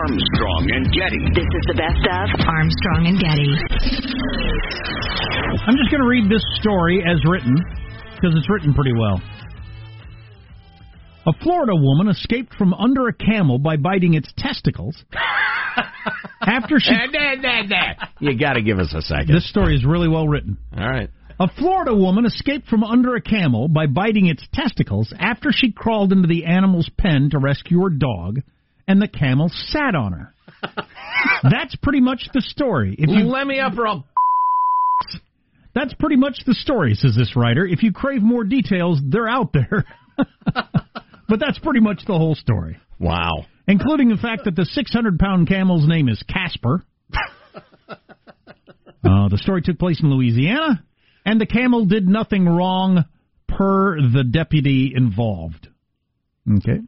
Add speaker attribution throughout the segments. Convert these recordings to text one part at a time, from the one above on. Speaker 1: Armstrong and Getty.
Speaker 2: This is the best of Armstrong and Getty.
Speaker 3: I'm just going to read this story as written because it's written pretty well. A Florida woman escaped from under a camel by biting its testicles. After she.
Speaker 4: You got to give us a second.
Speaker 3: This story is really well written.
Speaker 4: All right.
Speaker 3: A Florida woman escaped from under a camel by biting its testicles after she crawled into the animal's pen to rescue her dog, and the camel sat on her. that's pretty much the story. If you
Speaker 4: Let me up, or I'll
Speaker 3: that's pretty much the story, says this writer. If you crave more details, they're out there. but that's pretty much the whole story,
Speaker 4: Wow.
Speaker 3: including the fact that the 600 pound camel's name is Casper. Uh, the story took place in Louisiana, and the camel did nothing wrong per the deputy involved. Okay.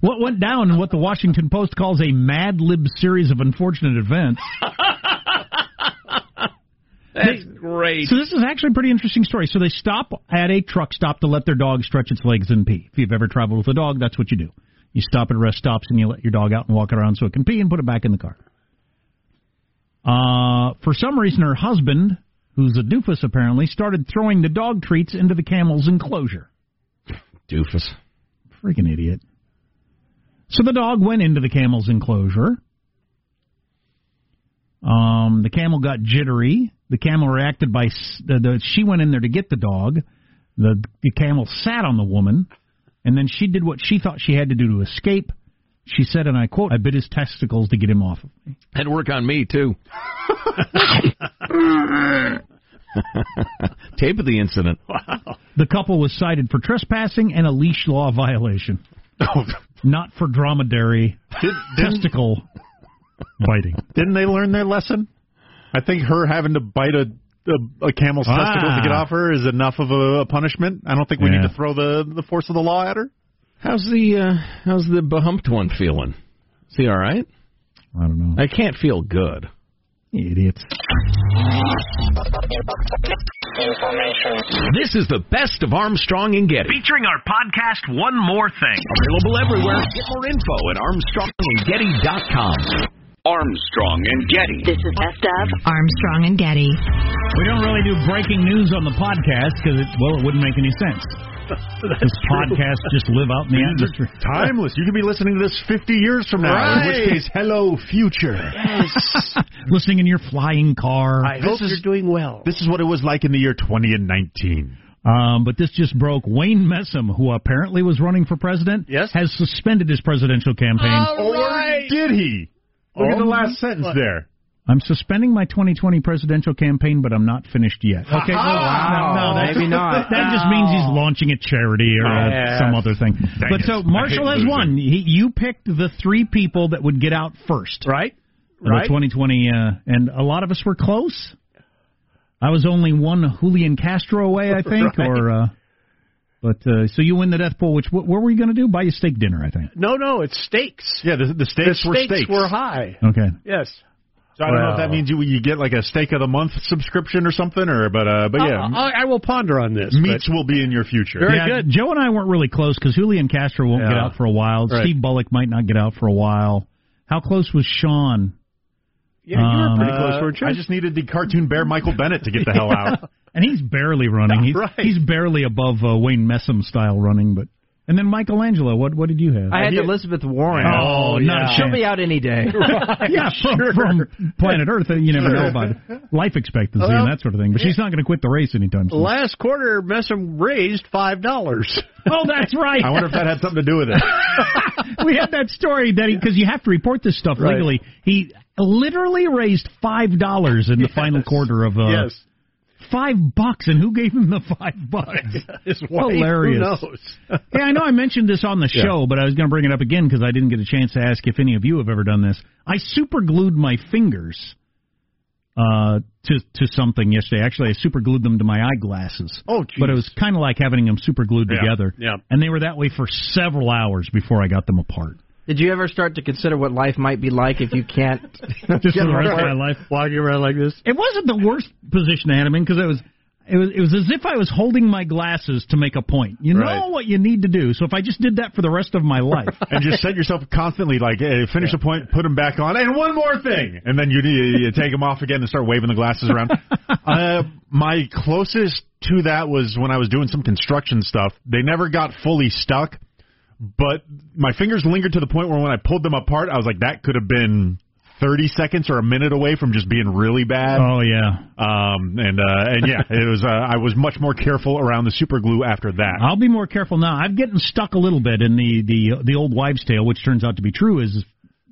Speaker 3: What went down in what the Washington Post calls a Mad Lib series of unfortunate events
Speaker 4: That's great.
Speaker 3: So this is actually a pretty interesting story. So they stop at a truck stop to let their dog stretch its legs and pee. If you've ever traveled with a dog, that's what you do. You stop at rest stops and you let your dog out and walk it around so it can pee and put it back in the car. Uh, for some reason, her husband, who's a doofus apparently, started throwing the dog treats into the camel's enclosure.
Speaker 4: Doofus.
Speaker 3: Freaking idiot. So the dog went into the camel's enclosure. Um, the camel got jittery. The camel reacted by s- the, the, she went in there to get the dog. The, the camel sat on the woman, and then she did what she thought she had to do to escape. She said, and I quote, "I bit his testicles to get him off of me."
Speaker 4: Had work on me too. Tape of the incident. Wow.
Speaker 3: The couple was cited for trespassing and a leash law violation, not for dromedary testicle biting.
Speaker 5: Didn't they learn their lesson? I think her having to bite a a, a camel's testicles
Speaker 3: Ah.
Speaker 5: to get off her is enough of a, a punishment. I don't think we
Speaker 3: Yeah.
Speaker 5: need to throw the the force of the law at her.
Speaker 4: How's the uh, How's the behumped one feeling? Is he all right?
Speaker 3: I don't know.
Speaker 4: I can't feel good.
Speaker 3: Idiots.
Speaker 4: This is the best of Armstrong and Getty.
Speaker 6: Featuring our podcast, One More Thing.
Speaker 4: Available everywhere. Get more info at armstrongandgetty.com.
Speaker 1: Armstrong and Getty.
Speaker 2: This is best of Armstrong and Getty.
Speaker 3: We don't really do breaking news on the podcast because, it, well, it wouldn't make any sense. This podcast just live out in the atmosphere.
Speaker 5: Timeless. You could be listening to this 50 years from now. In
Speaker 4: Right.
Speaker 5: which case, hello future.
Speaker 3: Listening in your flying car.
Speaker 5: I hope you're doing well. This is what it was like in the year 2019.
Speaker 3: Um, but this just broke. Wayne Messam, who apparently was running for president,
Speaker 5: Yes.
Speaker 3: has suspended his presidential campaign.
Speaker 5: Or did he? Look at the
Speaker 3: Oh,
Speaker 5: last sentence there.
Speaker 3: I'm suspending my 2020 presidential campaign, but I'm not finished yet. Okay, well, no, no, that-
Speaker 7: maybe not.
Speaker 3: That just means he's launching a charity or uh,
Speaker 5: Yeah.
Speaker 3: some other thing. but
Speaker 5: it.
Speaker 3: so
Speaker 5: I
Speaker 3: Marshall has
Speaker 5: hate losing.
Speaker 3: won. He, you picked the three people that would get out first.
Speaker 5: Right?
Speaker 3: the 2020, uh, and a lot of us were close. I was only one Julian Castro away, I think, or. Uh, but uh, so you win the death pool, which what, what were you going to do? Buy you steak dinner, I think.
Speaker 7: No, no, it's stakes.
Speaker 5: Yeah, the, the
Speaker 7: The
Speaker 5: stakes were
Speaker 7: stakes
Speaker 5: stakes.
Speaker 7: were high.
Speaker 3: Okay.
Speaker 7: Yes.
Speaker 5: So I don't know if
Speaker 7: Well.
Speaker 5: that means you you get like a steak of the month subscription or something, or but uh, but yeah,
Speaker 7: I, I- I will ponder on this.
Speaker 5: meats will be in your future.
Speaker 7: Very
Speaker 3: yeah,
Speaker 7: good.
Speaker 3: Joe and I weren't really close because Julian Castro won't get
Speaker 5: Yeah.
Speaker 3: out for a while.
Speaker 5: Right.
Speaker 3: Steve Bullock might not get out for a while. How close was Sean?
Speaker 7: but, yeah, you
Speaker 3: Um,
Speaker 7: were pretty
Speaker 5: Uh,
Speaker 7: close, weren't you?
Speaker 5: I just needed the cartoon bear Michael Bennett to get the hell out.
Speaker 3: And he's barely running. He's,
Speaker 5: Right.
Speaker 3: he's barely above uh, Wayne Messam style running, but and then Michelangelo. What what did you have?
Speaker 7: I
Speaker 5: had
Speaker 7: had
Speaker 5: you-
Speaker 7: Elizabeth Warren.
Speaker 3: Oh, not a
Speaker 7: She'll
Speaker 3: chance.
Speaker 7: be out any day.
Speaker 3: yeah, from, from planet Earth, you never know about life expectancy
Speaker 7: Well,
Speaker 3: and that sort of thing. But she's not going to quit the race anytime soon.
Speaker 7: Last quarter, Messam raised five dollars.
Speaker 3: oh, that's right.
Speaker 5: I wonder if that had something to do with it.
Speaker 3: we had that story that he because you have to report this stuff
Speaker 7: Right.
Speaker 3: legally. He literally raised five dollars in the final quarter of uh,
Speaker 7: yes,
Speaker 3: five bucks, and who gave him the five bucks?
Speaker 7: his wife.
Speaker 3: hilarious.
Speaker 7: Who knows?
Speaker 3: yeah, I know I mentioned this on the show, but I was going to bring it up again because I didn't get a chance to ask if any of you have ever done this. I super glued my fingers uh, to to something yesterday. Actually, I super glued them to my eyeglasses.
Speaker 7: Oh, geez.
Speaker 3: but it was kind of like having them super glued together.
Speaker 7: yeah.
Speaker 3: and they were that way for several hours before I got them apart.
Speaker 8: Did you ever start to consider what life might be like if you can't?
Speaker 3: Just for the rest of my life.
Speaker 7: Walking around like this.
Speaker 3: It wasn't the worst position to have him in because I was It was, it was as if I was holding my glasses to make a point. You know
Speaker 5: Right.
Speaker 3: what you need to do. So if I just did that for the rest of my life,
Speaker 5: and just set yourself constantly like hey, finish the point, put them back on, and one more thing, and then you, you, you take them off again and start waving the glasses around. uh, my closest to that was when I was doing some construction stuff. They never got fully stuck, but my fingers lingered to the point where when I pulled them apart, I was like, that could have been. 30 seconds or a minute away from just being really bad.
Speaker 3: oh yeah,
Speaker 5: Um, and, uh, and yeah, it was, uh, I was much more careful around the super glue after that.
Speaker 3: I'll be more careful now. I'm getting stuck a little bit in the the the old wives' tale, which turns out to be true, is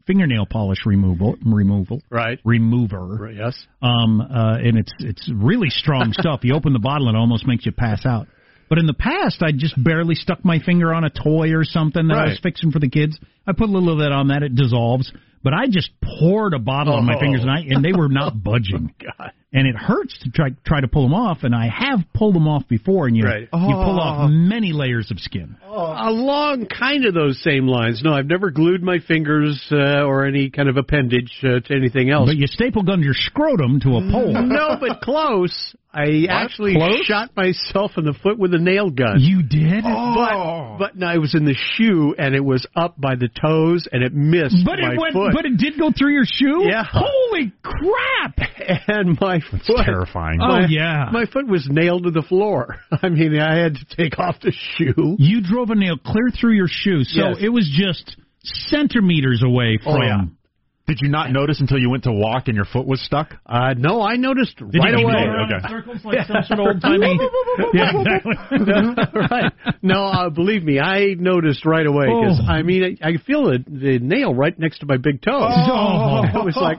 Speaker 3: fingernail polish removal removal
Speaker 7: Right.
Speaker 3: remover.
Speaker 7: Yes.
Speaker 3: um, uh, and it's it's really strong stuff. You open the bottle and it almost makes you pass out. But in the past, I just barely stuck my finger on a toy or something that I was
Speaker 5: Right.
Speaker 3: fixing for the kids. I put a little of that on that; it dissolves. But I just poured a bottle
Speaker 7: Oh.
Speaker 3: on my fingers, and I and they were not budging. And it hurts to try try to pull them off, and I have pulled them off before, and you
Speaker 7: Right. Oh.
Speaker 3: you pull off many layers of skin.
Speaker 7: Along kind of those same lines. No, I've never glued my fingers uh, or any kind of appendage uh, to anything else.
Speaker 3: But you staple gunned your scrotum to a pole.
Speaker 7: Mm, no, but close. I actually
Speaker 3: Close?
Speaker 7: shot myself in the foot with a nail gun.
Speaker 3: You did,
Speaker 7: Oh. But, but no, I was in the shoe and it was up by the toes and it missed
Speaker 3: but
Speaker 7: my
Speaker 3: it went,
Speaker 7: foot.
Speaker 3: but it did go through your shoe.
Speaker 7: Yeah.
Speaker 3: Holy crap!
Speaker 7: and my
Speaker 5: It's
Speaker 7: foot.
Speaker 5: terrifying.
Speaker 3: Oh,
Speaker 7: my-
Speaker 3: yeah.
Speaker 7: My foot was nailed to the floor. I mean, I had to take off the shoe.
Speaker 3: You drove a nail clear through your shoe, so
Speaker 7: Yes. Oh,
Speaker 3: it was just centimeters away from.
Speaker 7: yeah.
Speaker 5: Did you not notice until you went to walk and your foot was stuck?
Speaker 7: Uh, no, I noticed right
Speaker 3: Did you go
Speaker 7: away.
Speaker 3: around
Speaker 5: okay.
Speaker 3: in circles like some sort of old-timey- yeah, exactly.
Speaker 7: right. No, uh, believe me, I noticed right away because
Speaker 3: Oh.
Speaker 7: I mean, I, I feel the, the nail right next to my big toe.
Speaker 3: Oh.
Speaker 7: It was like,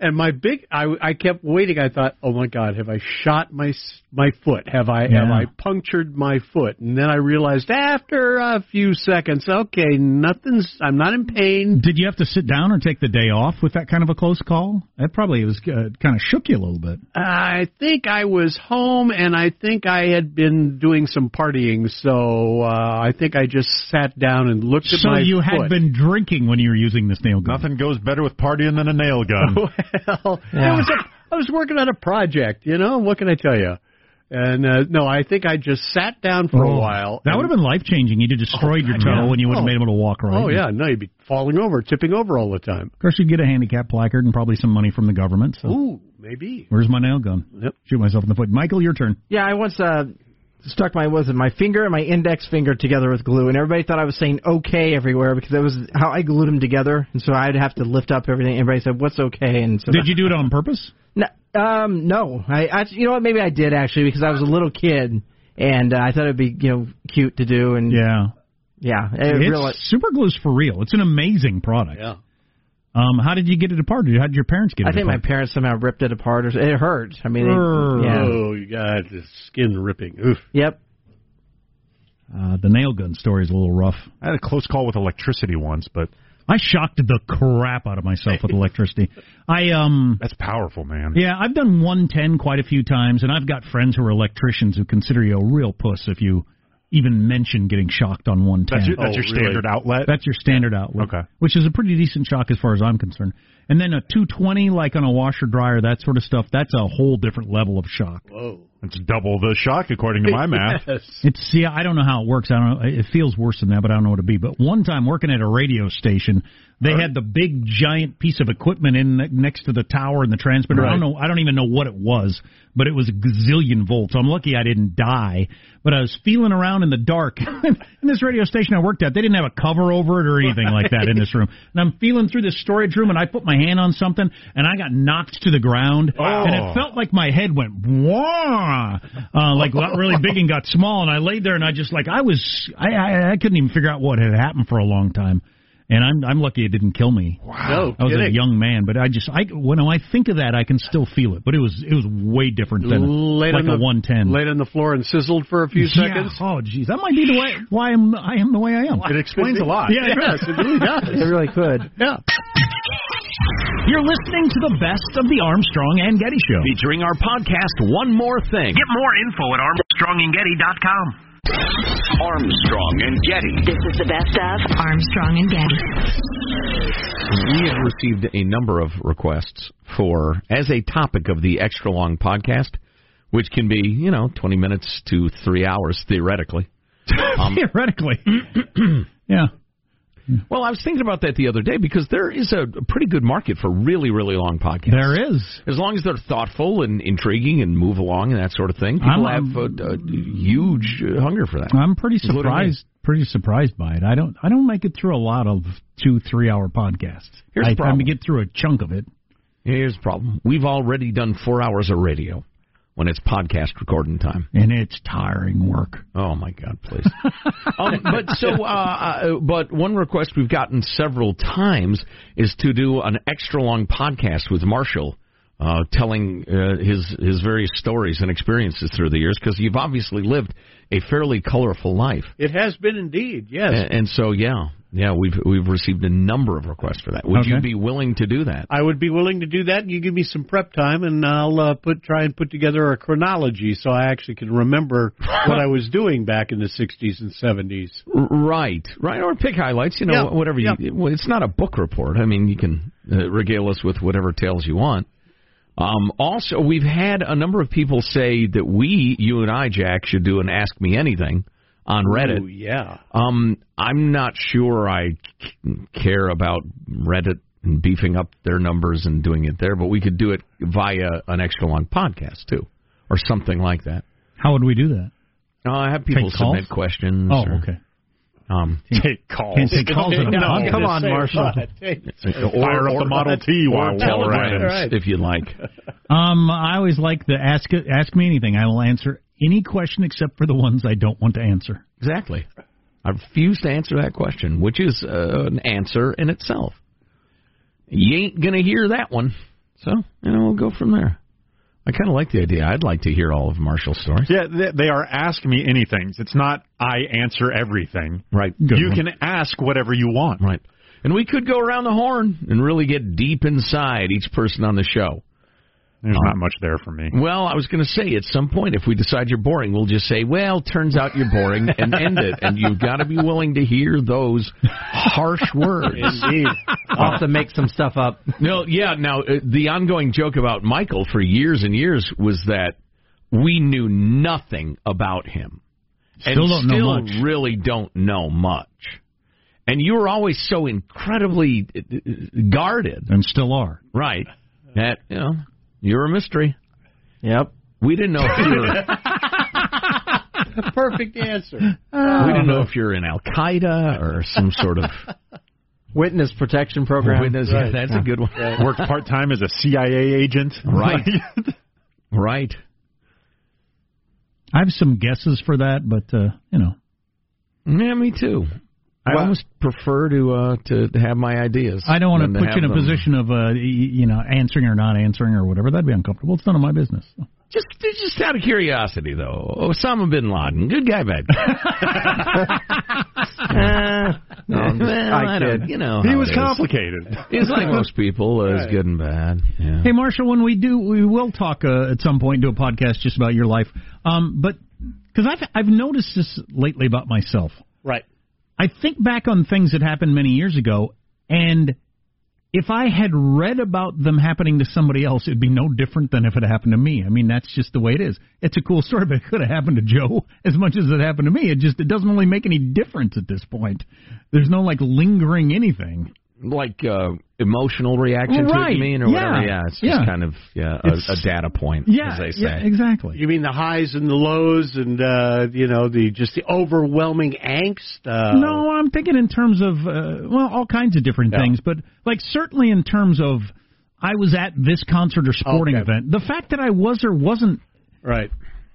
Speaker 7: and my big, I, I kept waiting. I thought, oh my god, have I shot my s- my foot? Have I have
Speaker 3: Yeah.
Speaker 7: I punctured my foot? And then I realized after a few seconds, okay, nothing's. I'm not in pain.
Speaker 3: Did you have to sit down or take the day off with that kind of a close call? That probably was uh, kind of shook you a little bit.
Speaker 7: I think I was home, and I think I had been doing some partying, so uh, I think I just sat down and looked at
Speaker 3: so
Speaker 7: my
Speaker 3: you had
Speaker 7: foot.
Speaker 3: been drinking when you were using this nail gun.
Speaker 5: Nothing goes better with partying than a nail gun.
Speaker 7: Well, it was a, I was working on a project, you know. What can I tell you? And uh, no, I think I just sat down for a
Speaker 3: Oh.
Speaker 7: while.
Speaker 3: That
Speaker 7: and-
Speaker 3: would have been life changing. You'd have destroyed your toe, and you wouldn't have been able to walk right.
Speaker 7: Oh yeah, no, you'd be falling over, tipping over all the time.
Speaker 3: Of course, you'd get a handicap placard and probably some money from the government. So
Speaker 7: Ooh, maybe.
Speaker 3: where's my nail gun?
Speaker 7: Yep.
Speaker 3: Shoot myself in the foot. Michael, your turn.
Speaker 8: Yeah, I once uh, stuck my was it my finger and my index finger together with glue, and everybody thought I was saying okay everywhere because that was how I glued them together, and so I'd have to lift up everything. Everybody said, "What's okay?" And so
Speaker 3: Did you do it on purpose?
Speaker 8: No, um, no. I, I, you know what? Maybe I did actually because I was a little kid and uh, I thought it'd be you know cute to do and
Speaker 3: Yeah.
Speaker 8: yeah. I
Speaker 3: It's
Speaker 8: realized-
Speaker 3: super glue's for real. It's an amazing product.
Speaker 7: Yeah.
Speaker 3: Um, how did you get it apart? How did your parents get it
Speaker 8: I think my
Speaker 3: apart?
Speaker 8: parents somehow ripped it apart or it hurt. I mean,
Speaker 3: Grrr.
Speaker 8: it, yeah,
Speaker 7: Oh, you got the skin ripping. Oof.
Speaker 8: yep.
Speaker 3: uh, the nail gun story is a little rough.
Speaker 5: I had a close call with electricity once, but
Speaker 3: I shocked the crap out of myself with electricity. I um
Speaker 5: that's powerful, man.
Speaker 3: yeah, I've done 110 quite a few times, and I've got friends who are electricians who consider you a real puss if you even mention getting shocked on 110.
Speaker 5: That's your, that's your
Speaker 7: Oh, really?
Speaker 5: standard outlet.
Speaker 3: That's your standard outlet.
Speaker 5: Okay.
Speaker 3: Which is a pretty decent shock as far as I'm concerned. And then a 220, like on a washer dryer, that sort of stuff, that's a whole different level of shock.
Speaker 7: Whoa.
Speaker 5: it's double the shock according to my math.
Speaker 7: Yes.
Speaker 3: It's see, I don't know how it works. I don't. know. It feels worse than that, but I don't know what it'd be. But one time working at a radio station, they had the big giant piece of equipment in the, next to the tower and the transmitter. I don't know. I don't even know what it was, but it was a gazillion volts. I'm lucky I didn't die. But I was feeling around in the dark. in this radio station I worked at, they didn't have a cover over it or anything like that in this room. And I'm feeling through this storage room, and I put my hand on something, and I got knocked to the ground, and it
Speaker 5: Oh.
Speaker 3: felt like my head went wah, uh, like got really big and got small, and I laid there and I just like I was I, I I couldn't even figure out what had happened for a long time, and I'm I'm lucky it didn't kill me.
Speaker 7: No
Speaker 3: I was a
Speaker 7: kidding.
Speaker 3: young man, but I just I when I think of that I can still feel it, but it was it was way different than
Speaker 7: Laid
Speaker 3: like
Speaker 7: on the,
Speaker 3: a one ten.
Speaker 7: Laid on the floor and sizzled for a few seconds.
Speaker 3: Oh geez, that might be the way why I'm I am the way I am.
Speaker 5: It explains a lot.
Speaker 3: Yeah, it
Speaker 7: Yes,
Speaker 3: does.
Speaker 7: it really
Speaker 8: It
Speaker 7: does.
Speaker 8: really could.
Speaker 7: Yeah.
Speaker 3: You're listening to the best of the Armstrong and Getty Show.
Speaker 6: Featuring our podcast, One More Thing. Get more info at armstrongandgetty.com.
Speaker 1: Armstrong and Getty.
Speaker 2: This is the best of Armstrong and Getty.
Speaker 4: We have received a number of requests for, as a topic of the extra long podcast, which can be you know 20 minutes to three hours theoretically.
Speaker 3: Theoretically. yeah.
Speaker 4: Well, I was thinking about that the other day because there is a pretty good market for really really long podcasts.
Speaker 3: There is.
Speaker 4: As long as they're thoughtful and intriguing and move along and that sort of thing, people
Speaker 3: I'm-
Speaker 4: have a, a huge uh, hunger for that.
Speaker 3: I'm pretty
Speaker 4: Including me.
Speaker 3: surprised. Pretty surprised by it. I don't. I don't make it through a lot of two, three-hour podcasts.
Speaker 4: Here's
Speaker 3: I,
Speaker 4: the problem.
Speaker 3: I get through a chunk of it.
Speaker 4: Here's the problem: we've already done four hours of radio when it's podcast recording time.
Speaker 3: and it's tiring work.
Speaker 4: Oh my God, please! um, but so, uh, uh, but one request we've gotten several times is to do an extra long podcast with Marshall. Uh, telling uh, his his various stories and experiences through the years, because you've obviously lived a fairly colorful life,
Speaker 7: It has been indeed, yes.
Speaker 4: and, and so yeah, yeah, we've we've received a number of requests for that. Would you
Speaker 3: Okay.
Speaker 4: be willing to do that?
Speaker 7: I would be willing to do that. You give me some prep time, and I'll uh, put try and put together a chronology so I actually can remember what I was doing back in the '60s and '70s.
Speaker 4: R- Right, right, or pick highlights. You know,
Speaker 7: Yeah,
Speaker 4: whatever. You,
Speaker 7: yeah.
Speaker 4: well, It's not a book report. I mean, you can uh, regale us with whatever tales you want. Um, also, we've had a number of people say that we, you and I, Jack, should do an Ask Me Anything on
Speaker 7: Oh
Speaker 4: Reddit.
Speaker 7: yeah,
Speaker 4: Um, I'm not sure I c- care about Reddit and beefing up their numbers and doing it there, but we could do it via an extra long podcast too, or something like that.
Speaker 3: How would we do that?
Speaker 4: Uh, I have people
Speaker 3: Take calls?
Speaker 4: submit questions.
Speaker 3: Oh,
Speaker 4: or,
Speaker 3: okay.
Speaker 4: Um,
Speaker 5: Take calls.
Speaker 3: Can't take calls at
Speaker 7: No,
Speaker 3: all.
Speaker 8: come on,
Speaker 7: Say
Speaker 8: Marshall.
Speaker 7: what? Hey,
Speaker 5: Fire up the Model T while
Speaker 4: or
Speaker 5: while we're at
Speaker 4: telegrams
Speaker 5: it.
Speaker 7: Right.
Speaker 4: if you'd like.
Speaker 3: Um, I always like the ask ask me anything. I will answer any question except for the ones I don't want to answer.
Speaker 4: Exactly. I refuse to answer that question, which is uh, an answer in itself. You ain't gonna hear that one, so you know we'll go from there. I kind of like the idea. I'd like to hear all of Marshall's stories.
Speaker 5: Yeah, they, they are ask me anything. It's not I answer everything.
Speaker 4: Right.
Speaker 5: you
Speaker 3: one.
Speaker 5: can ask whatever you want.
Speaker 4: Right. And we could go around the horn and really get deep inside each person on the show.
Speaker 5: There's not much there for me.
Speaker 4: Well, I was going to say at some point, if we decide you're boring, we'll just say, "Well, turns out you're boring," and end it. And you've got to be willing to hear those harsh words.
Speaker 7: indeed.
Speaker 8: I'll have to make some stuff up.
Speaker 4: No, yeah. Now uh, the ongoing joke about Michael for years and years was that we knew nothing about him,
Speaker 3: Still
Speaker 4: and
Speaker 3: don't know
Speaker 4: still
Speaker 3: much.
Speaker 4: really don't know much. And you were always so incredibly uh, uh, guarded,
Speaker 3: And still are.
Speaker 4: right? That you know you're a mystery.
Speaker 8: Yep.
Speaker 4: We didn't know if you were,
Speaker 7: Perfect answer.
Speaker 4: we didn't know if you're in Al Qaeda or some sort of
Speaker 8: Witness protection program.
Speaker 4: witness. Yeah, that's a good one.
Speaker 5: Worked part time as a CIA agent.
Speaker 4: Right. Right.
Speaker 3: I have some guesses for that, but uh, you know,
Speaker 4: Yeah, me too. I
Speaker 5: Well-
Speaker 4: almost prefer to uh, to have my ideas.
Speaker 3: I don't want
Speaker 4: than
Speaker 3: to put
Speaker 4: have
Speaker 3: you in a
Speaker 4: them.
Speaker 3: position of uh, y- you know answering or not answering or whatever. That'd be uncomfortable. It's none of my business.
Speaker 4: Just just out of curiosity, though, Osama bin Laden, good guy, bad guy.
Speaker 8: no, I'm just-
Speaker 4: Well,
Speaker 8: I
Speaker 4: I don't-
Speaker 8: kid.
Speaker 4: you know,
Speaker 5: He
Speaker 4: how
Speaker 5: was
Speaker 4: Uh-huh. it is.
Speaker 5: complicated.
Speaker 4: He's like most people, uh, is good and bad. Yeah.
Speaker 3: Hey, Marshall, when we do, we will talk uh, at some point, do a podcast just about your life. Um, but because I've I've noticed this lately about myself.
Speaker 7: Right.
Speaker 3: I think back on things that happened many years ago, and if I had read about them happening to somebody else, it'd be no different than if it happened to me. I mean, that's just the way it is. It's a cool story, but it could have happened to Joe as much as it happened to me. It just it doesn't really make any difference at this point. There's no like lingering anything.
Speaker 4: Like uh, emotional reaction to it,
Speaker 3: Right,
Speaker 4: you mean, or
Speaker 3: yeah,
Speaker 4: whatever. Yeah, it's
Speaker 3: yeah.
Speaker 4: just kind of yeah, a,
Speaker 3: It's-
Speaker 4: a data point,
Speaker 3: Yeah,
Speaker 4: as they say.
Speaker 3: yeah, exactly.
Speaker 7: You mean the highs and the lows, and uh, you know the just the overwhelming angst. Uh,
Speaker 3: No, I'm thinking in terms of uh, well, all kinds of different things, but like certainly in terms of I was at this concert or sporting
Speaker 7: Okay.
Speaker 3: event. The fact that I was or wasn't
Speaker 7: Right.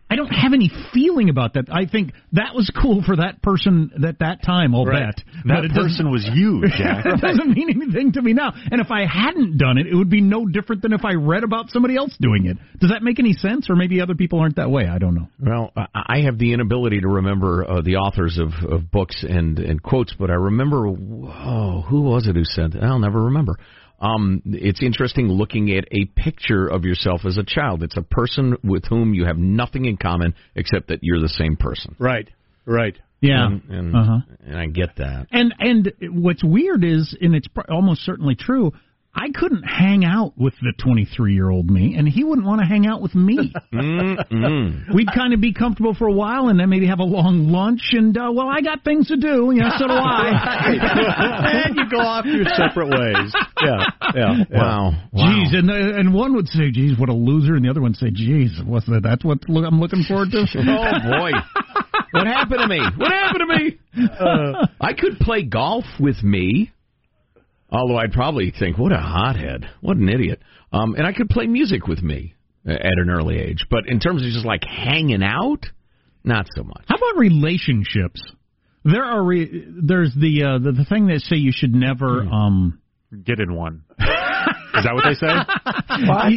Speaker 3: I don't have any feeling about that. I think that was cool for that person at that time. I'll
Speaker 7: Right.
Speaker 3: bet
Speaker 5: That
Speaker 3: But it
Speaker 5: person was you, Jack.
Speaker 3: Doesn't, it doesn't mean anything to me now. And if I hadn't done it, it would be no different than if I read about somebody else doing it. Does that make any sense? Or maybe other people aren't that way. I don't know.
Speaker 4: Well, I- I have the inability to remember uh, the authors of, of books and, and quotes, but I remember, oh, who was it who said that? I'll never remember. Um, it's interesting looking at a picture of yourself as a child. It's a person with whom you have nothing in common except that you're the same person.
Speaker 7: Right. Right.
Speaker 3: Yeah.
Speaker 4: And, and,
Speaker 3: uh-huh.
Speaker 4: and I get that.
Speaker 3: And and what's weird is, and it's pr- almost certainly true. I couldn't hang out with the 23 year old me, and he wouldn't want to hang out with me. We'd kind of be comfortable for a while, and then maybe have a long lunch. And uh, well, I got things to do, you know, so do I.
Speaker 7: and you go off your separate ways. Yeah, yeah. yeah.
Speaker 4: Wow. wow.
Speaker 3: Jeez, and the, and one would say, "Geez, what a loser," and the other one would say, "Geez, what's that? That's what lo- I'm looking forward to."
Speaker 4: Oh boy. what happened to me? What happened to me? Uh, I could play golf with me. Although I'd probably think, what a hothead, what an idiot. Um, and I could play music with me uh, at an early age. But in terms of just like hanging out, not so much.
Speaker 3: How about relationships? There are re- there's the, uh, the the thing that say you should never um
Speaker 5: Get in one. Is that what they say?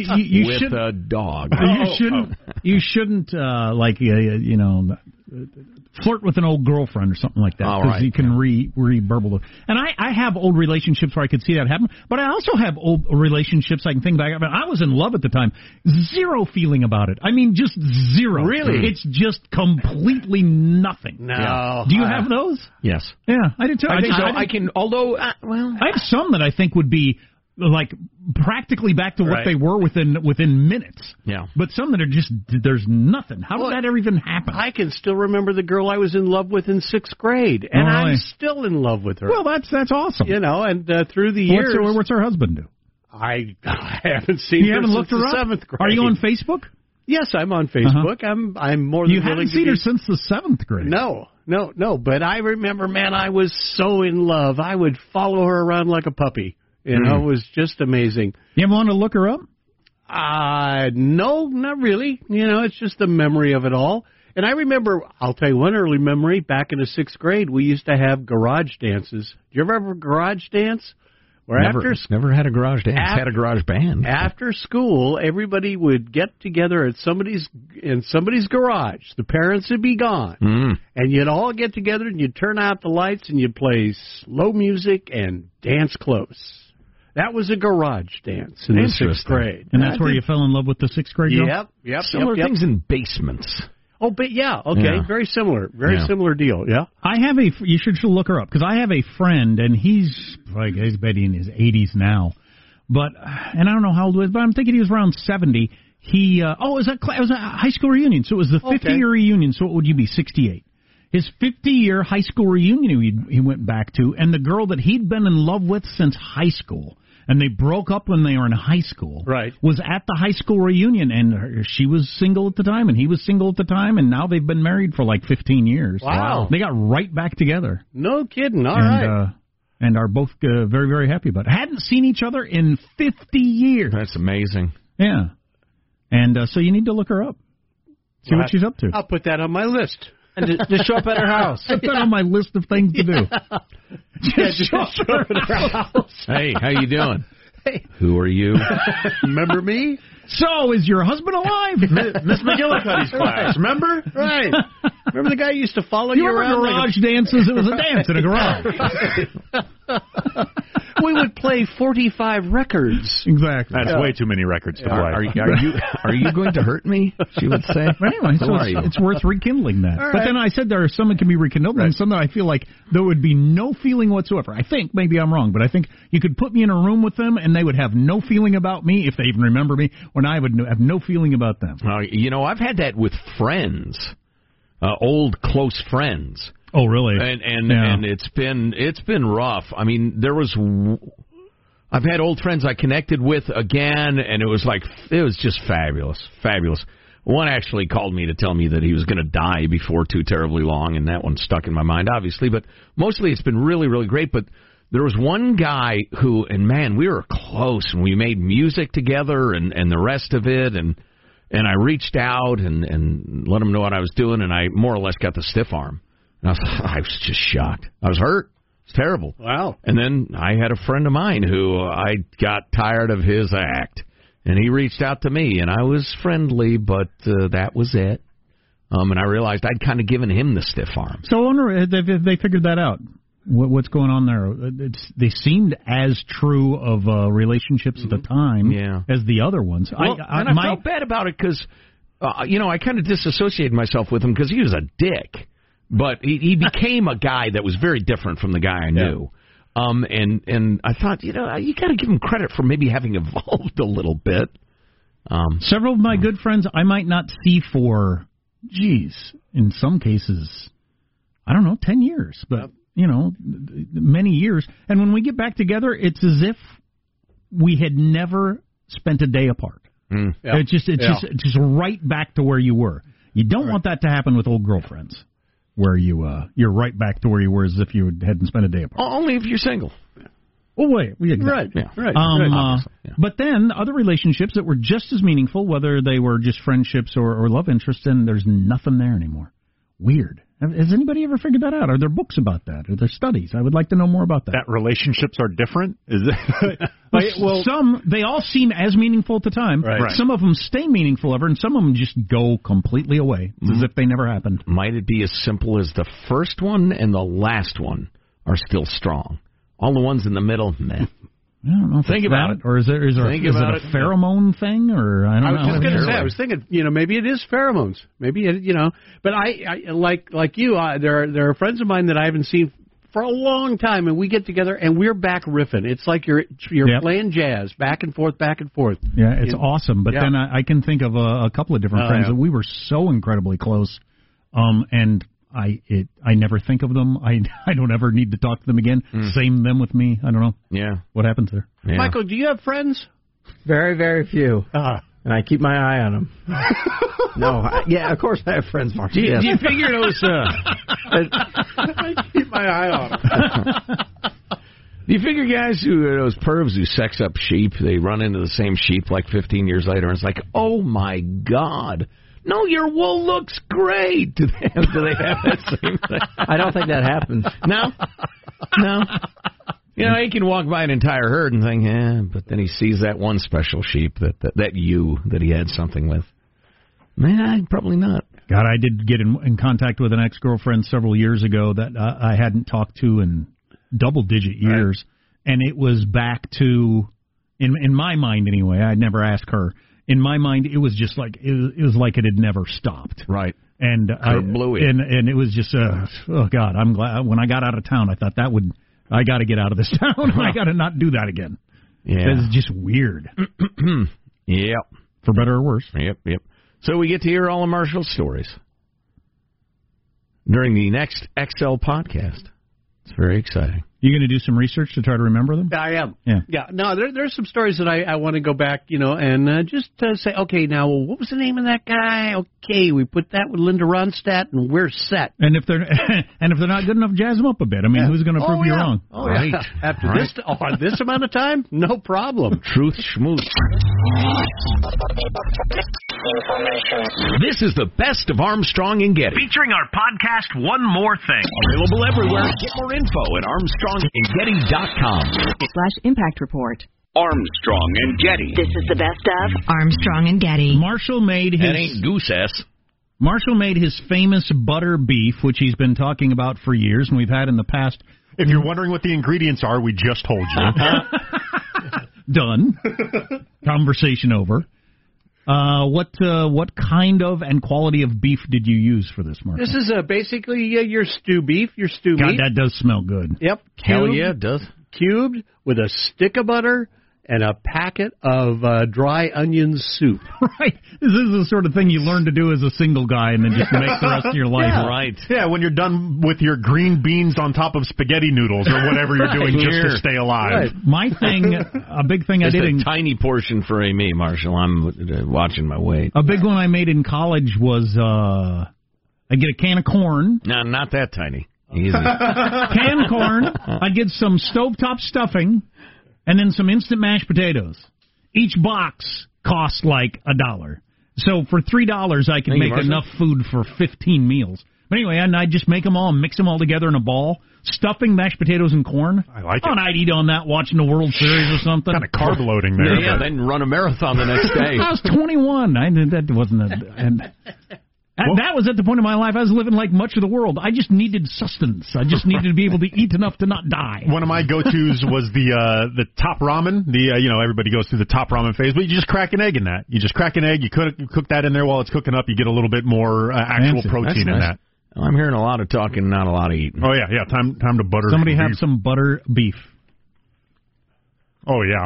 Speaker 3: you, you, you
Speaker 4: with
Speaker 3: should
Speaker 4: a dog.
Speaker 3: you shouldn't you shouldn't uh like uh, you know uh, flirt with an old girlfriend or something like that
Speaker 4: All right,
Speaker 3: you can re re burble and i i have old relationships where i could see that happen but i also have old relationships i can think back I, mean, I was in love at the time zero feeling about it i mean just zero
Speaker 7: Really?
Speaker 3: it's just completely nothing
Speaker 7: No.
Speaker 3: do you have those
Speaker 4: Yes.
Speaker 3: yeah i did too
Speaker 4: I think
Speaker 3: just-
Speaker 4: so.
Speaker 3: didn't-
Speaker 4: I can, although, uh, well,
Speaker 3: I have some that I think would be like practically back to what
Speaker 7: Right.
Speaker 3: they were within within minutes.
Speaker 4: Yeah.
Speaker 3: But some that are just there's nothing. How
Speaker 7: Well,
Speaker 3: did that ever even happen?
Speaker 7: I can still remember the girl I was in love with in sixth grade, and
Speaker 3: Oh, really?
Speaker 7: I'm still in love with her.
Speaker 3: well, that's that's awesome.
Speaker 7: you know, and uh, through the
Speaker 3: what's,
Speaker 7: years,
Speaker 3: her, what's her husband do?
Speaker 7: I, I haven't seen.
Speaker 3: You
Speaker 7: her
Speaker 3: haven't
Speaker 7: since
Speaker 3: looked her
Speaker 7: the
Speaker 3: up.
Speaker 7: Seventh grade.
Speaker 3: Are you on Facebook?
Speaker 7: Yes, I'm on Facebook. I'm I'm more than
Speaker 3: You
Speaker 7: willing
Speaker 3: haven't
Speaker 7: to
Speaker 3: seen
Speaker 7: be-
Speaker 3: her since the seventh grade.
Speaker 7: No, no, no. But I remember, man, I was so in love. I would follow her around like a puppy. You know, it was just amazing.
Speaker 3: You ever want to look her up?
Speaker 7: Uh, no, not really. You know, it's just the memory of it all. And I remember, I'll tell you one early memory. Back in the sixth grade, we used to have garage dances. Do you ever have a garage dance? Where
Speaker 4: never,
Speaker 7: after s-
Speaker 4: never had a garage dance.
Speaker 7: After-
Speaker 4: had a garage band.
Speaker 7: after school, everybody would get together at somebody's in somebody's garage. The parents would be gone,
Speaker 3: Hmm.
Speaker 4: Mm.
Speaker 7: and you'd all get together and you'd turn out the lights and you'd play slow music and dance close. That was a garage dance in the sixth
Speaker 4: Interesting.
Speaker 7: grade,
Speaker 3: And that's
Speaker 7: I
Speaker 3: where you
Speaker 7: think-
Speaker 3: fell in love with the sixth grade girl.
Speaker 7: Yep, yep,
Speaker 4: Similar
Speaker 7: yep, yep.
Speaker 4: things in basements.
Speaker 7: Oh, but yeah, okay,
Speaker 4: Yeah.
Speaker 7: very similar, very
Speaker 4: Yeah.
Speaker 7: similar deal. Yeah,
Speaker 3: I have a. You should, should look her up because I have a friend, and he's like he's Betty in his 80s now, but and I don't know how old he was, but I'm thinking he was around 70. He uh, oh, it was a cla- it was a high school reunion, so it was the 50
Speaker 7: Okay.
Speaker 3: year reunion. So what would you be 68? His 50 year high school reunion he, he went back to, and the girl that he'd been in love with since high school. And they broke up when they were in high school.
Speaker 7: Right.
Speaker 3: Was at the high school reunion, and her, she was single at the time, and he was single at the time, and now they've been married for like 15 years.
Speaker 7: Wow.
Speaker 3: They got right back together.
Speaker 7: no kidding. All
Speaker 3: and,
Speaker 7: right.
Speaker 3: uh, and are both uh, very, very happy about it. Hadn't seen each other in 50 years.
Speaker 4: That's amazing.
Speaker 3: Yeah. And uh, so you need to look her up. See what she's up to.
Speaker 7: I'll put that on my list.
Speaker 8: And to, to show up at her house.
Speaker 3: Put that on my list of things to do. Just show up at her house.
Speaker 4: Hey, how you doing? Who are you?
Speaker 7: Remember me?
Speaker 3: So, is your husband alive?
Speaker 5: Miss McGillicuddy's class. Remember?
Speaker 7: Right. Remember the guy who used to follow you,
Speaker 3: you remember
Speaker 7: around? like a
Speaker 3: garage dances? It was a dance in a garage.
Speaker 7: we would play 45 records.
Speaker 3: exactly.
Speaker 5: That's way too many records to play.
Speaker 4: Are, are, you- are you are you going to hurt me? She would say.
Speaker 3: But anyway,
Speaker 4: Who
Speaker 3: so
Speaker 4: are you?
Speaker 3: it's, it's worth rekindling that.
Speaker 7: All
Speaker 3: But
Speaker 7: right.
Speaker 3: then I said there are some that can be rekindled, and some that I feel like there would be no feeling whatsoever. I think maybe I'm wrong, but I think you could put me in a room with them, and they would have no feeling about me if they even remember me, when I would no- have no feeling about them.
Speaker 4: Uh, you know, I've had that with friends, uh, old close friends,
Speaker 3: Oh, really?
Speaker 4: and and
Speaker 3: Yeah.
Speaker 4: and it's been it's been rough. I mean, there was. W- I've had old friends I connected with again, and it was like it was just fabulous, fabulous. One actually called me to tell me that he was going to die before too terribly long, and that one stuck in my mind, obviously. But mostly, it's been really, really great. But there was one guy who, and man, we were close, and we made music together, and and the rest of it, and and I reached out and and let him know what I was doing, and I more or less got the stiff arm, and I was I was just shocked. I was hurt. It's terrible.
Speaker 7: Wow.
Speaker 4: And then I had a friend of mine who I got tired of his act, and he reached out to me, and I was friendly, but uh, that was it. Um, and I realized I'd kind of given him the stiff arm.
Speaker 3: so I wonder if they, if they figured that out. What, what's going on there? It's, they seemed as true of uh, relationships at the time
Speaker 4: Mm-hmm. Yeah.
Speaker 3: as the other ones.
Speaker 4: Well,
Speaker 5: uh,
Speaker 3: I, I,
Speaker 4: and I
Speaker 3: my,
Speaker 4: felt bad about it because, uh, you know, I kind of disassociated myself with him because he was a dick, but he, he became a guy that was very different from the guy I knew. Um, and and I thought, you know, you got to give him credit for maybe having evolved a little bit. Um,
Speaker 3: Several of my good friends I might not see for, geez, in some cases, I don't know, 10 years, but, you know, th- th- many years. And when we get back together, it's as if we had never spent a day apart.
Speaker 7: Yeah.
Speaker 3: It's just, it's
Speaker 7: Yeah.
Speaker 3: just, it's just right back to where you were. You don't want that to happen with old girlfriends, where you, uh, you're right back to where you were as if you hadn't spent a day apart.
Speaker 4: o- only if you're single.
Speaker 3: Oh, wait, we exactly.
Speaker 7: Right.
Speaker 4: Yeah.
Speaker 7: Right.
Speaker 3: Um,
Speaker 7: right.
Speaker 3: uh,
Speaker 4: obviously, yeah.
Speaker 3: But then other relationships that were just as meaningful, whether they were just friendships or, or love interests, and there's nothing there anymore. Weird. Has anybody ever figured that out? Are there books about that? Are there studies? I would like to know more about that.
Speaker 5: That relationships are different. Is it?
Speaker 3: Well, some they all seem as meaningful at the time.
Speaker 5: Right.
Speaker 3: Some of them stay meaningful ever, and some of them just go completely away It's as if they never happened.
Speaker 4: Might it be as simple as the first one and the last one are still strong? All the ones in the middle, meh.
Speaker 3: I don't know. If
Speaker 4: Think
Speaker 3: it's
Speaker 4: about
Speaker 3: that,
Speaker 4: it.
Speaker 3: or is there is there
Speaker 4: Think
Speaker 3: is
Speaker 4: about
Speaker 3: it a
Speaker 4: it.
Speaker 3: pheromone thing, or I don't
Speaker 7: I
Speaker 3: know.
Speaker 7: was just going to say.
Speaker 4: Sure.
Speaker 7: I was thinking, you know, maybe it is pheromones. Maybe it, you know, but I, I like like you. I, there are there are friends of mine that I haven't seen for a long time, and we get together and we're back riffing. It's like you're you're
Speaker 3: Yep.
Speaker 7: playing jazz back and forth, back and forth.
Speaker 3: Yeah, it's awesome. But
Speaker 7: yeah.
Speaker 3: then I, I can think of a, a couple of different
Speaker 7: Oh,
Speaker 3: friends
Speaker 7: yeah.
Speaker 3: that we were so incredibly close, um, and I it I never think of them. I I don't ever need to talk to them again.
Speaker 5: Hmm.
Speaker 3: Same them with me. I don't know
Speaker 4: Yeah.
Speaker 3: what happens there.
Speaker 4: yeah.
Speaker 7: Michael, do you have friends?
Speaker 8: Very, very few.
Speaker 3: Uh-huh.
Speaker 8: And I keep my eye on them. no, I, yeah, of course I have friends, Mark. Yes.
Speaker 4: you figure those? Uh,
Speaker 7: Keep my eye on.
Speaker 4: do you figure guys who those pervs who sex up sheep, they run into the same sheep like 15 years later, and it's like, oh my god. No, your wool looks great. Do they have, do they have that same thing?
Speaker 8: I don't think that happens.
Speaker 4: No, no. You know, he can walk by an entire herd and think, eh, but then he sees that one special sheep that that, that you that he had something with. Nah, probably not.
Speaker 3: God, I did get in, in contact with an ex girlfriend several years ago that uh, I hadn't talked to in double digit years, and it was back to in in my mind anyway. I'd never asked her. In my mind, it was just like it was, it was like it had never stopped.
Speaker 4: Right.
Speaker 3: and I
Speaker 4: blew it.
Speaker 3: and and it was just uh, oh god, I'm glad when I got out of town. I thought that would I got to get out of this town. I got to not do that again.
Speaker 4: Yeah.
Speaker 3: It's just weird,
Speaker 4: Yep.
Speaker 3: for better or worse.
Speaker 4: Yep, yep. So we get to hear all of Marshall's stories during the next XL podcast. It's very exciting.
Speaker 3: You going to do some research to try to remember them?
Speaker 7: I am.
Speaker 3: Yeah.
Speaker 7: No, there, there's some stories that I, I want to go back, you know, and uh, just uh, say, okay, now what was the name of that guy? Okay, we put that with Linda Ronstadt, and we're set.
Speaker 3: And if they're and if they're not good enough, jazz them up a bit. I mean, who's going to prove
Speaker 7: oh,
Speaker 3: you
Speaker 7: yeah.
Speaker 3: wrong?
Speaker 7: Oh, yeah.
Speaker 4: Right.
Speaker 7: After
Speaker 4: Right.
Speaker 7: this, oh, this amount of time, no problem.
Speaker 4: Truth Schmooze. This is the best of Armstrong and Getty.
Speaker 6: Featuring our podcast, One More Thing.
Speaker 4: Available everywhere. Get more info at armstrongandgetty.com.
Speaker 2: Slash Impact Report.
Speaker 1: Armstrong and Getty.
Speaker 2: This is the best of Armstrong and Getty.
Speaker 3: Marshall made his
Speaker 4: That ain't goose ass.
Speaker 3: Marshall made his famous butter beef, which he's been talking about for years, and we've had in the past.
Speaker 5: if you're wondering what the ingredients are, we just told you.
Speaker 3: Uh-huh. Done. Conversation over. Uh, what uh, what kind of and quality of beef did you use for this, Marshall?
Speaker 7: This is uh, basically uh, your stew beef, your stew
Speaker 3: God,
Speaker 7: meat.
Speaker 3: that does smell good.
Speaker 7: Yep.
Speaker 4: Hell
Speaker 7: cubed-
Speaker 4: yeah, it does.
Speaker 7: Cubed with a stick of butter and a packet of uh, dry onion soup.
Speaker 3: Right. This is the sort of thing you learn to do as a single guy and then just make the rest of your life.
Speaker 4: Right.
Speaker 5: yeah, when you're done with your green beans on top of spaghetti noodles or whatever you're doing just
Speaker 4: Here.
Speaker 5: to stay alive.
Speaker 7: Right.
Speaker 3: My thing, a big thing I did
Speaker 4: Just
Speaker 3: in
Speaker 4: a tiny portion for a me, Marshall. I'm uh, watching my weight.
Speaker 3: A big one I made in college was uh I'd get a can of corn.
Speaker 4: No, not that tiny. Easy.
Speaker 3: Canned corn. I'd get some stovetop stuffing and then some instant mashed potatoes. Each box cost like a dollar. So for three dollars I could
Speaker 4: Thank you,
Speaker 3: make
Speaker 4: Marshall.
Speaker 3: enough food for fifteen meals. But anyway, and I'd just make them all and mix them all together in a ball. Stuffing, mashed potatoes, and corn.
Speaker 5: I like
Speaker 3: Oh,
Speaker 5: it.
Speaker 3: And I'd eat on that watching the World Series or something.
Speaker 5: Kind of carb loading
Speaker 4: Yeah,
Speaker 5: there.
Speaker 4: yeah,
Speaker 5: but-
Speaker 4: then run a marathon the next day.
Speaker 3: I was 21. I that wasn't a. And, and that was at the point in my life I was living like much of the world. I just needed sustenance. I just needed to be able to eat enough to not die.
Speaker 5: One of my go-tos was the uh, the top ramen. The uh, you know everybody goes through the top ramen phase, but you just crack an egg in that. You just crack an egg. You cook you cook that in there while it's cooking up. You get a little bit more uh, actual
Speaker 3: Fancy.
Speaker 5: protein
Speaker 4: That's nice.
Speaker 5: in that.
Speaker 4: I'm hearing a lot of talking, not a lot of eating.
Speaker 5: Oh yeah, yeah. Time time to butter.
Speaker 3: Somebody
Speaker 5: some
Speaker 3: have
Speaker 5: beef.
Speaker 3: some butter beef.
Speaker 5: Oh yeah.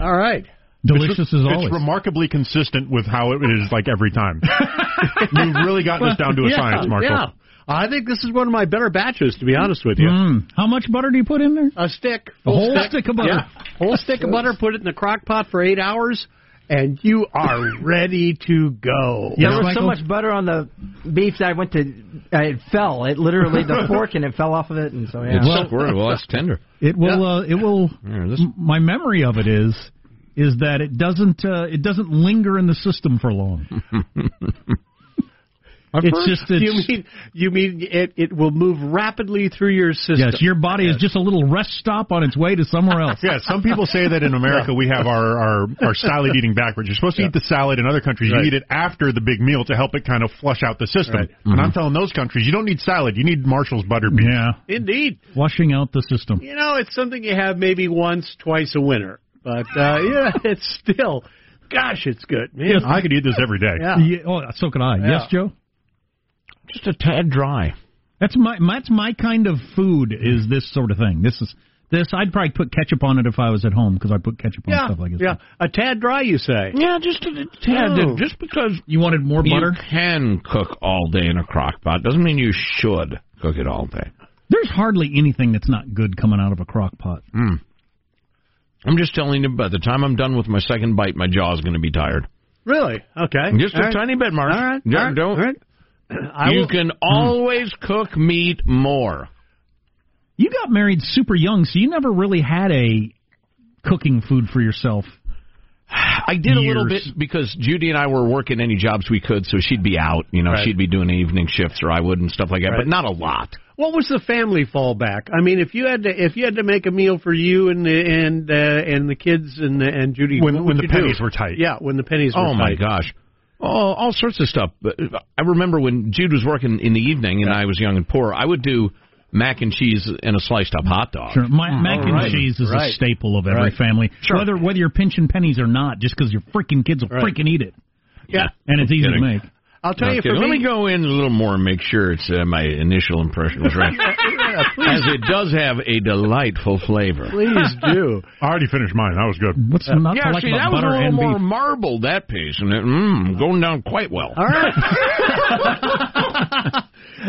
Speaker 7: All right.
Speaker 3: Delicious
Speaker 5: it's,
Speaker 3: as
Speaker 5: it's
Speaker 3: always.
Speaker 5: remarkably consistent with how it is like every time. You've really gotten this down to a
Speaker 7: yeah,
Speaker 5: science, Marshall.
Speaker 7: Yeah. I think this is one of my better batches, to be honest with you.
Speaker 3: Mm. How much butter do you put in there?
Speaker 7: A stick.
Speaker 3: A
Speaker 7: full
Speaker 3: whole stick of butter.
Speaker 7: Yeah. Whole stick of butter, put it in the crock pot for eight hours, and you are ready to go.
Speaker 3: Yes,
Speaker 8: there was
Speaker 3: Michael?
Speaker 8: so much butter on the beef that I went to. It fell. It literally the fork and it fell off of it, and so yeah.
Speaker 4: It's squirted. Well, that's tender.
Speaker 3: It will. Uh, it will.
Speaker 4: Yeah, this-
Speaker 3: m- my memory of it is is that it doesn't uh, it doesn't linger in the system for long. it's just it's,
Speaker 7: you mean you mean it? It will move rapidly through your system.
Speaker 3: yes, your body is just a little rest stop on its way to somewhere else.
Speaker 5: Yeah, some people say that in America we have our, our, our salad eating backwards. You're supposed to eat the salad in other countries.
Speaker 7: Right.
Speaker 5: You eat it after the big meal to help it kind of flush out the system. And I'm telling those countries, you don't need salad. You need Marshall's butter beef.
Speaker 3: Yeah,
Speaker 7: Indeed.
Speaker 3: flushing out the system.
Speaker 7: You know, it's something you have maybe once, twice a winter, but uh, yeah, it's still, gosh, it's good. Man.
Speaker 5: I could eat this every day.
Speaker 7: Yeah.
Speaker 3: Yeah, oh, so could I. Yes, Joe.
Speaker 4: Just a tad dry.
Speaker 3: That's my that's my kind of food. Is this sort of thing? This is this. I'd probably put ketchup on it if I was at home because I put ketchup on
Speaker 7: Yeah,
Speaker 3: stuff like this.
Speaker 7: yeah, a tad dry, you say?
Speaker 4: Yeah, just a tad.
Speaker 7: Oh.
Speaker 4: Just because
Speaker 3: You wanted more butter?
Speaker 4: you can cook all day in a crock pot doesn't mean you should cook it all day.
Speaker 3: There's hardly anything that's not good coming out of a crock pot.
Speaker 4: I'm just telling you, by the time I'm done with my second bite, my jaw's going to be tired.
Speaker 7: Really? Okay.
Speaker 4: Just
Speaker 7: All
Speaker 4: a
Speaker 7: right.
Speaker 4: tiny bit, Mark.
Speaker 7: All right.
Speaker 4: Don't,
Speaker 7: All right.
Speaker 4: don't-
Speaker 7: All right. I
Speaker 4: you
Speaker 7: will-
Speaker 4: can always cook meat more.
Speaker 3: You got married super young, so you never really had a cooking food for yourself.
Speaker 4: I did a little bit
Speaker 3: Years.
Speaker 4: because Judy and I were working any jobs we could, so she'd be out. You know,
Speaker 7: Right.
Speaker 4: she'd be doing evening shifts, or I would, and stuff like that. But not a lot.
Speaker 7: What was the family fallback? I mean, if you had to, if you had to make a meal for you and the, and uh, and the kids and the, and Judy,
Speaker 5: When-
Speaker 7: what
Speaker 5: when
Speaker 7: would
Speaker 5: the
Speaker 7: you
Speaker 5: pennies
Speaker 7: do?
Speaker 5: were tight.
Speaker 7: Yeah, when the pennies were
Speaker 4: Oh my
Speaker 7: tight.
Speaker 4: gosh. Oh, all sorts of stuff. But, uh, I remember when Jude was working in the evening and I was young and poor, I would do mac and cheese and a sliced up hot dog.
Speaker 3: Sure. My, mac and
Speaker 7: right.
Speaker 3: cheese is
Speaker 7: Right.
Speaker 3: a staple of every
Speaker 7: Right.
Speaker 3: family, whether whether you're pinching pennies or not, just because your freaking kids will
Speaker 7: Right.
Speaker 3: freaking eat it,
Speaker 7: Yeah,
Speaker 3: and it's easy to
Speaker 4: kidding.
Speaker 3: make.
Speaker 7: I'll tell you
Speaker 4: Okay,
Speaker 7: for
Speaker 4: let
Speaker 7: me.
Speaker 4: me go in a little more and make sure it's uh, my initial impression was right. As it does have a delightful flavor.
Speaker 7: Please do.
Speaker 5: I already finished mine. That was good.
Speaker 3: What's not
Speaker 4: Yeah,
Speaker 3: to like
Speaker 4: see, that
Speaker 3: about
Speaker 4: was a
Speaker 3: butter
Speaker 4: little
Speaker 3: and
Speaker 4: more
Speaker 3: beef?
Speaker 4: marbled, that piece, and it, mm, going down quite well.
Speaker 7: All right.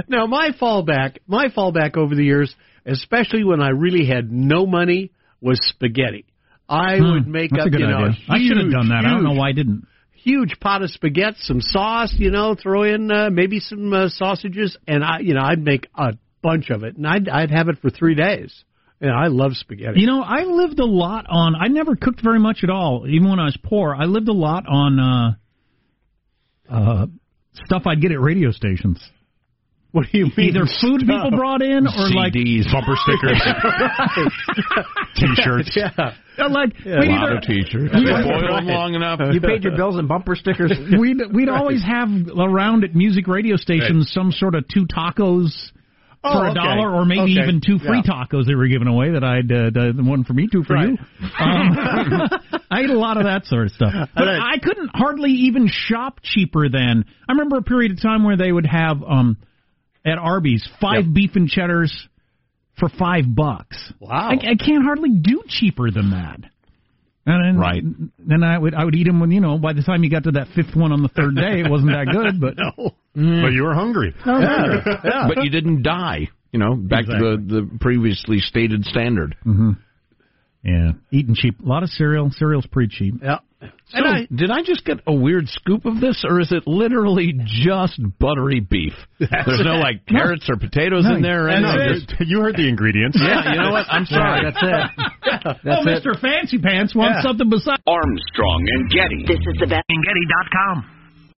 Speaker 7: now my fallback, my fallback over the years, especially when I really had no money, was spaghetti. I would make
Speaker 3: Hmm. That's
Speaker 7: up,
Speaker 3: a good
Speaker 7: you know,
Speaker 3: idea. I should have
Speaker 7: huge,
Speaker 3: done that. I don't know
Speaker 7: huge
Speaker 3: why I didn't.
Speaker 7: huge pot of spaghetti, some sauce, you know, throw in uh, maybe some uh, sausages, and I, you know, I'd make a bunch of it, and I'd I'd have it for three days. And I love spaghetti.
Speaker 3: You know, I lived a lot on. I never cooked very much at all, even when I was poor. I lived a lot on uh, uh, stuff I'd get at radio stations.
Speaker 7: what do you mean?
Speaker 3: Either food people brought in, or like
Speaker 4: CDs,
Speaker 5: Bumper stickers, t-shirts.
Speaker 7: yeah,
Speaker 3: Uh, like
Speaker 4: a
Speaker 3: we'd
Speaker 4: lot
Speaker 3: either,
Speaker 4: of teachers. Boil them long enough.
Speaker 8: You paid your bills in bumper stickers.
Speaker 3: we'd we'd always have around at music radio stations some sort of two tacos for a
Speaker 7: Oh, okay.
Speaker 3: dollar, or maybe
Speaker 7: Okay.
Speaker 3: even two free
Speaker 7: Yeah.
Speaker 3: tacos they were giving away that I'd uh, the one for me, two for you. Um, I ate a lot of that sort of stuff, but
Speaker 7: Right.
Speaker 3: I couldn't hardly even shop cheaper than. I remember a period of time where they would have um at Arby's five beef and cheddars for five bucks.
Speaker 7: Wow.
Speaker 3: I, I can't hardly do cheaper than that. And then,
Speaker 4: Right.
Speaker 3: Then I would I would eat them when you know by the time you got to that fifth one on the third day it wasn't that good but
Speaker 5: But you were hungry.
Speaker 4: but you didn't die. You know, back to the, the previously stated standard.
Speaker 3: yeah eating cheap a lot of cereal cereal's pretty cheap
Speaker 7: yeah.
Speaker 4: So, did I just get a weird scoop of this, or is it literally just buttery beef? There's no like carrots or potatoes in there. Or
Speaker 5: No,
Speaker 4: anything.
Speaker 5: just- you heard the ingredients.
Speaker 4: yeah, you know what? I'm sorry.
Speaker 8: That's it.
Speaker 3: oh Mr. Fancy Pants wants something besides
Speaker 1: Armstrong and Getty.
Speaker 2: This is the best.
Speaker 6: Getty.com.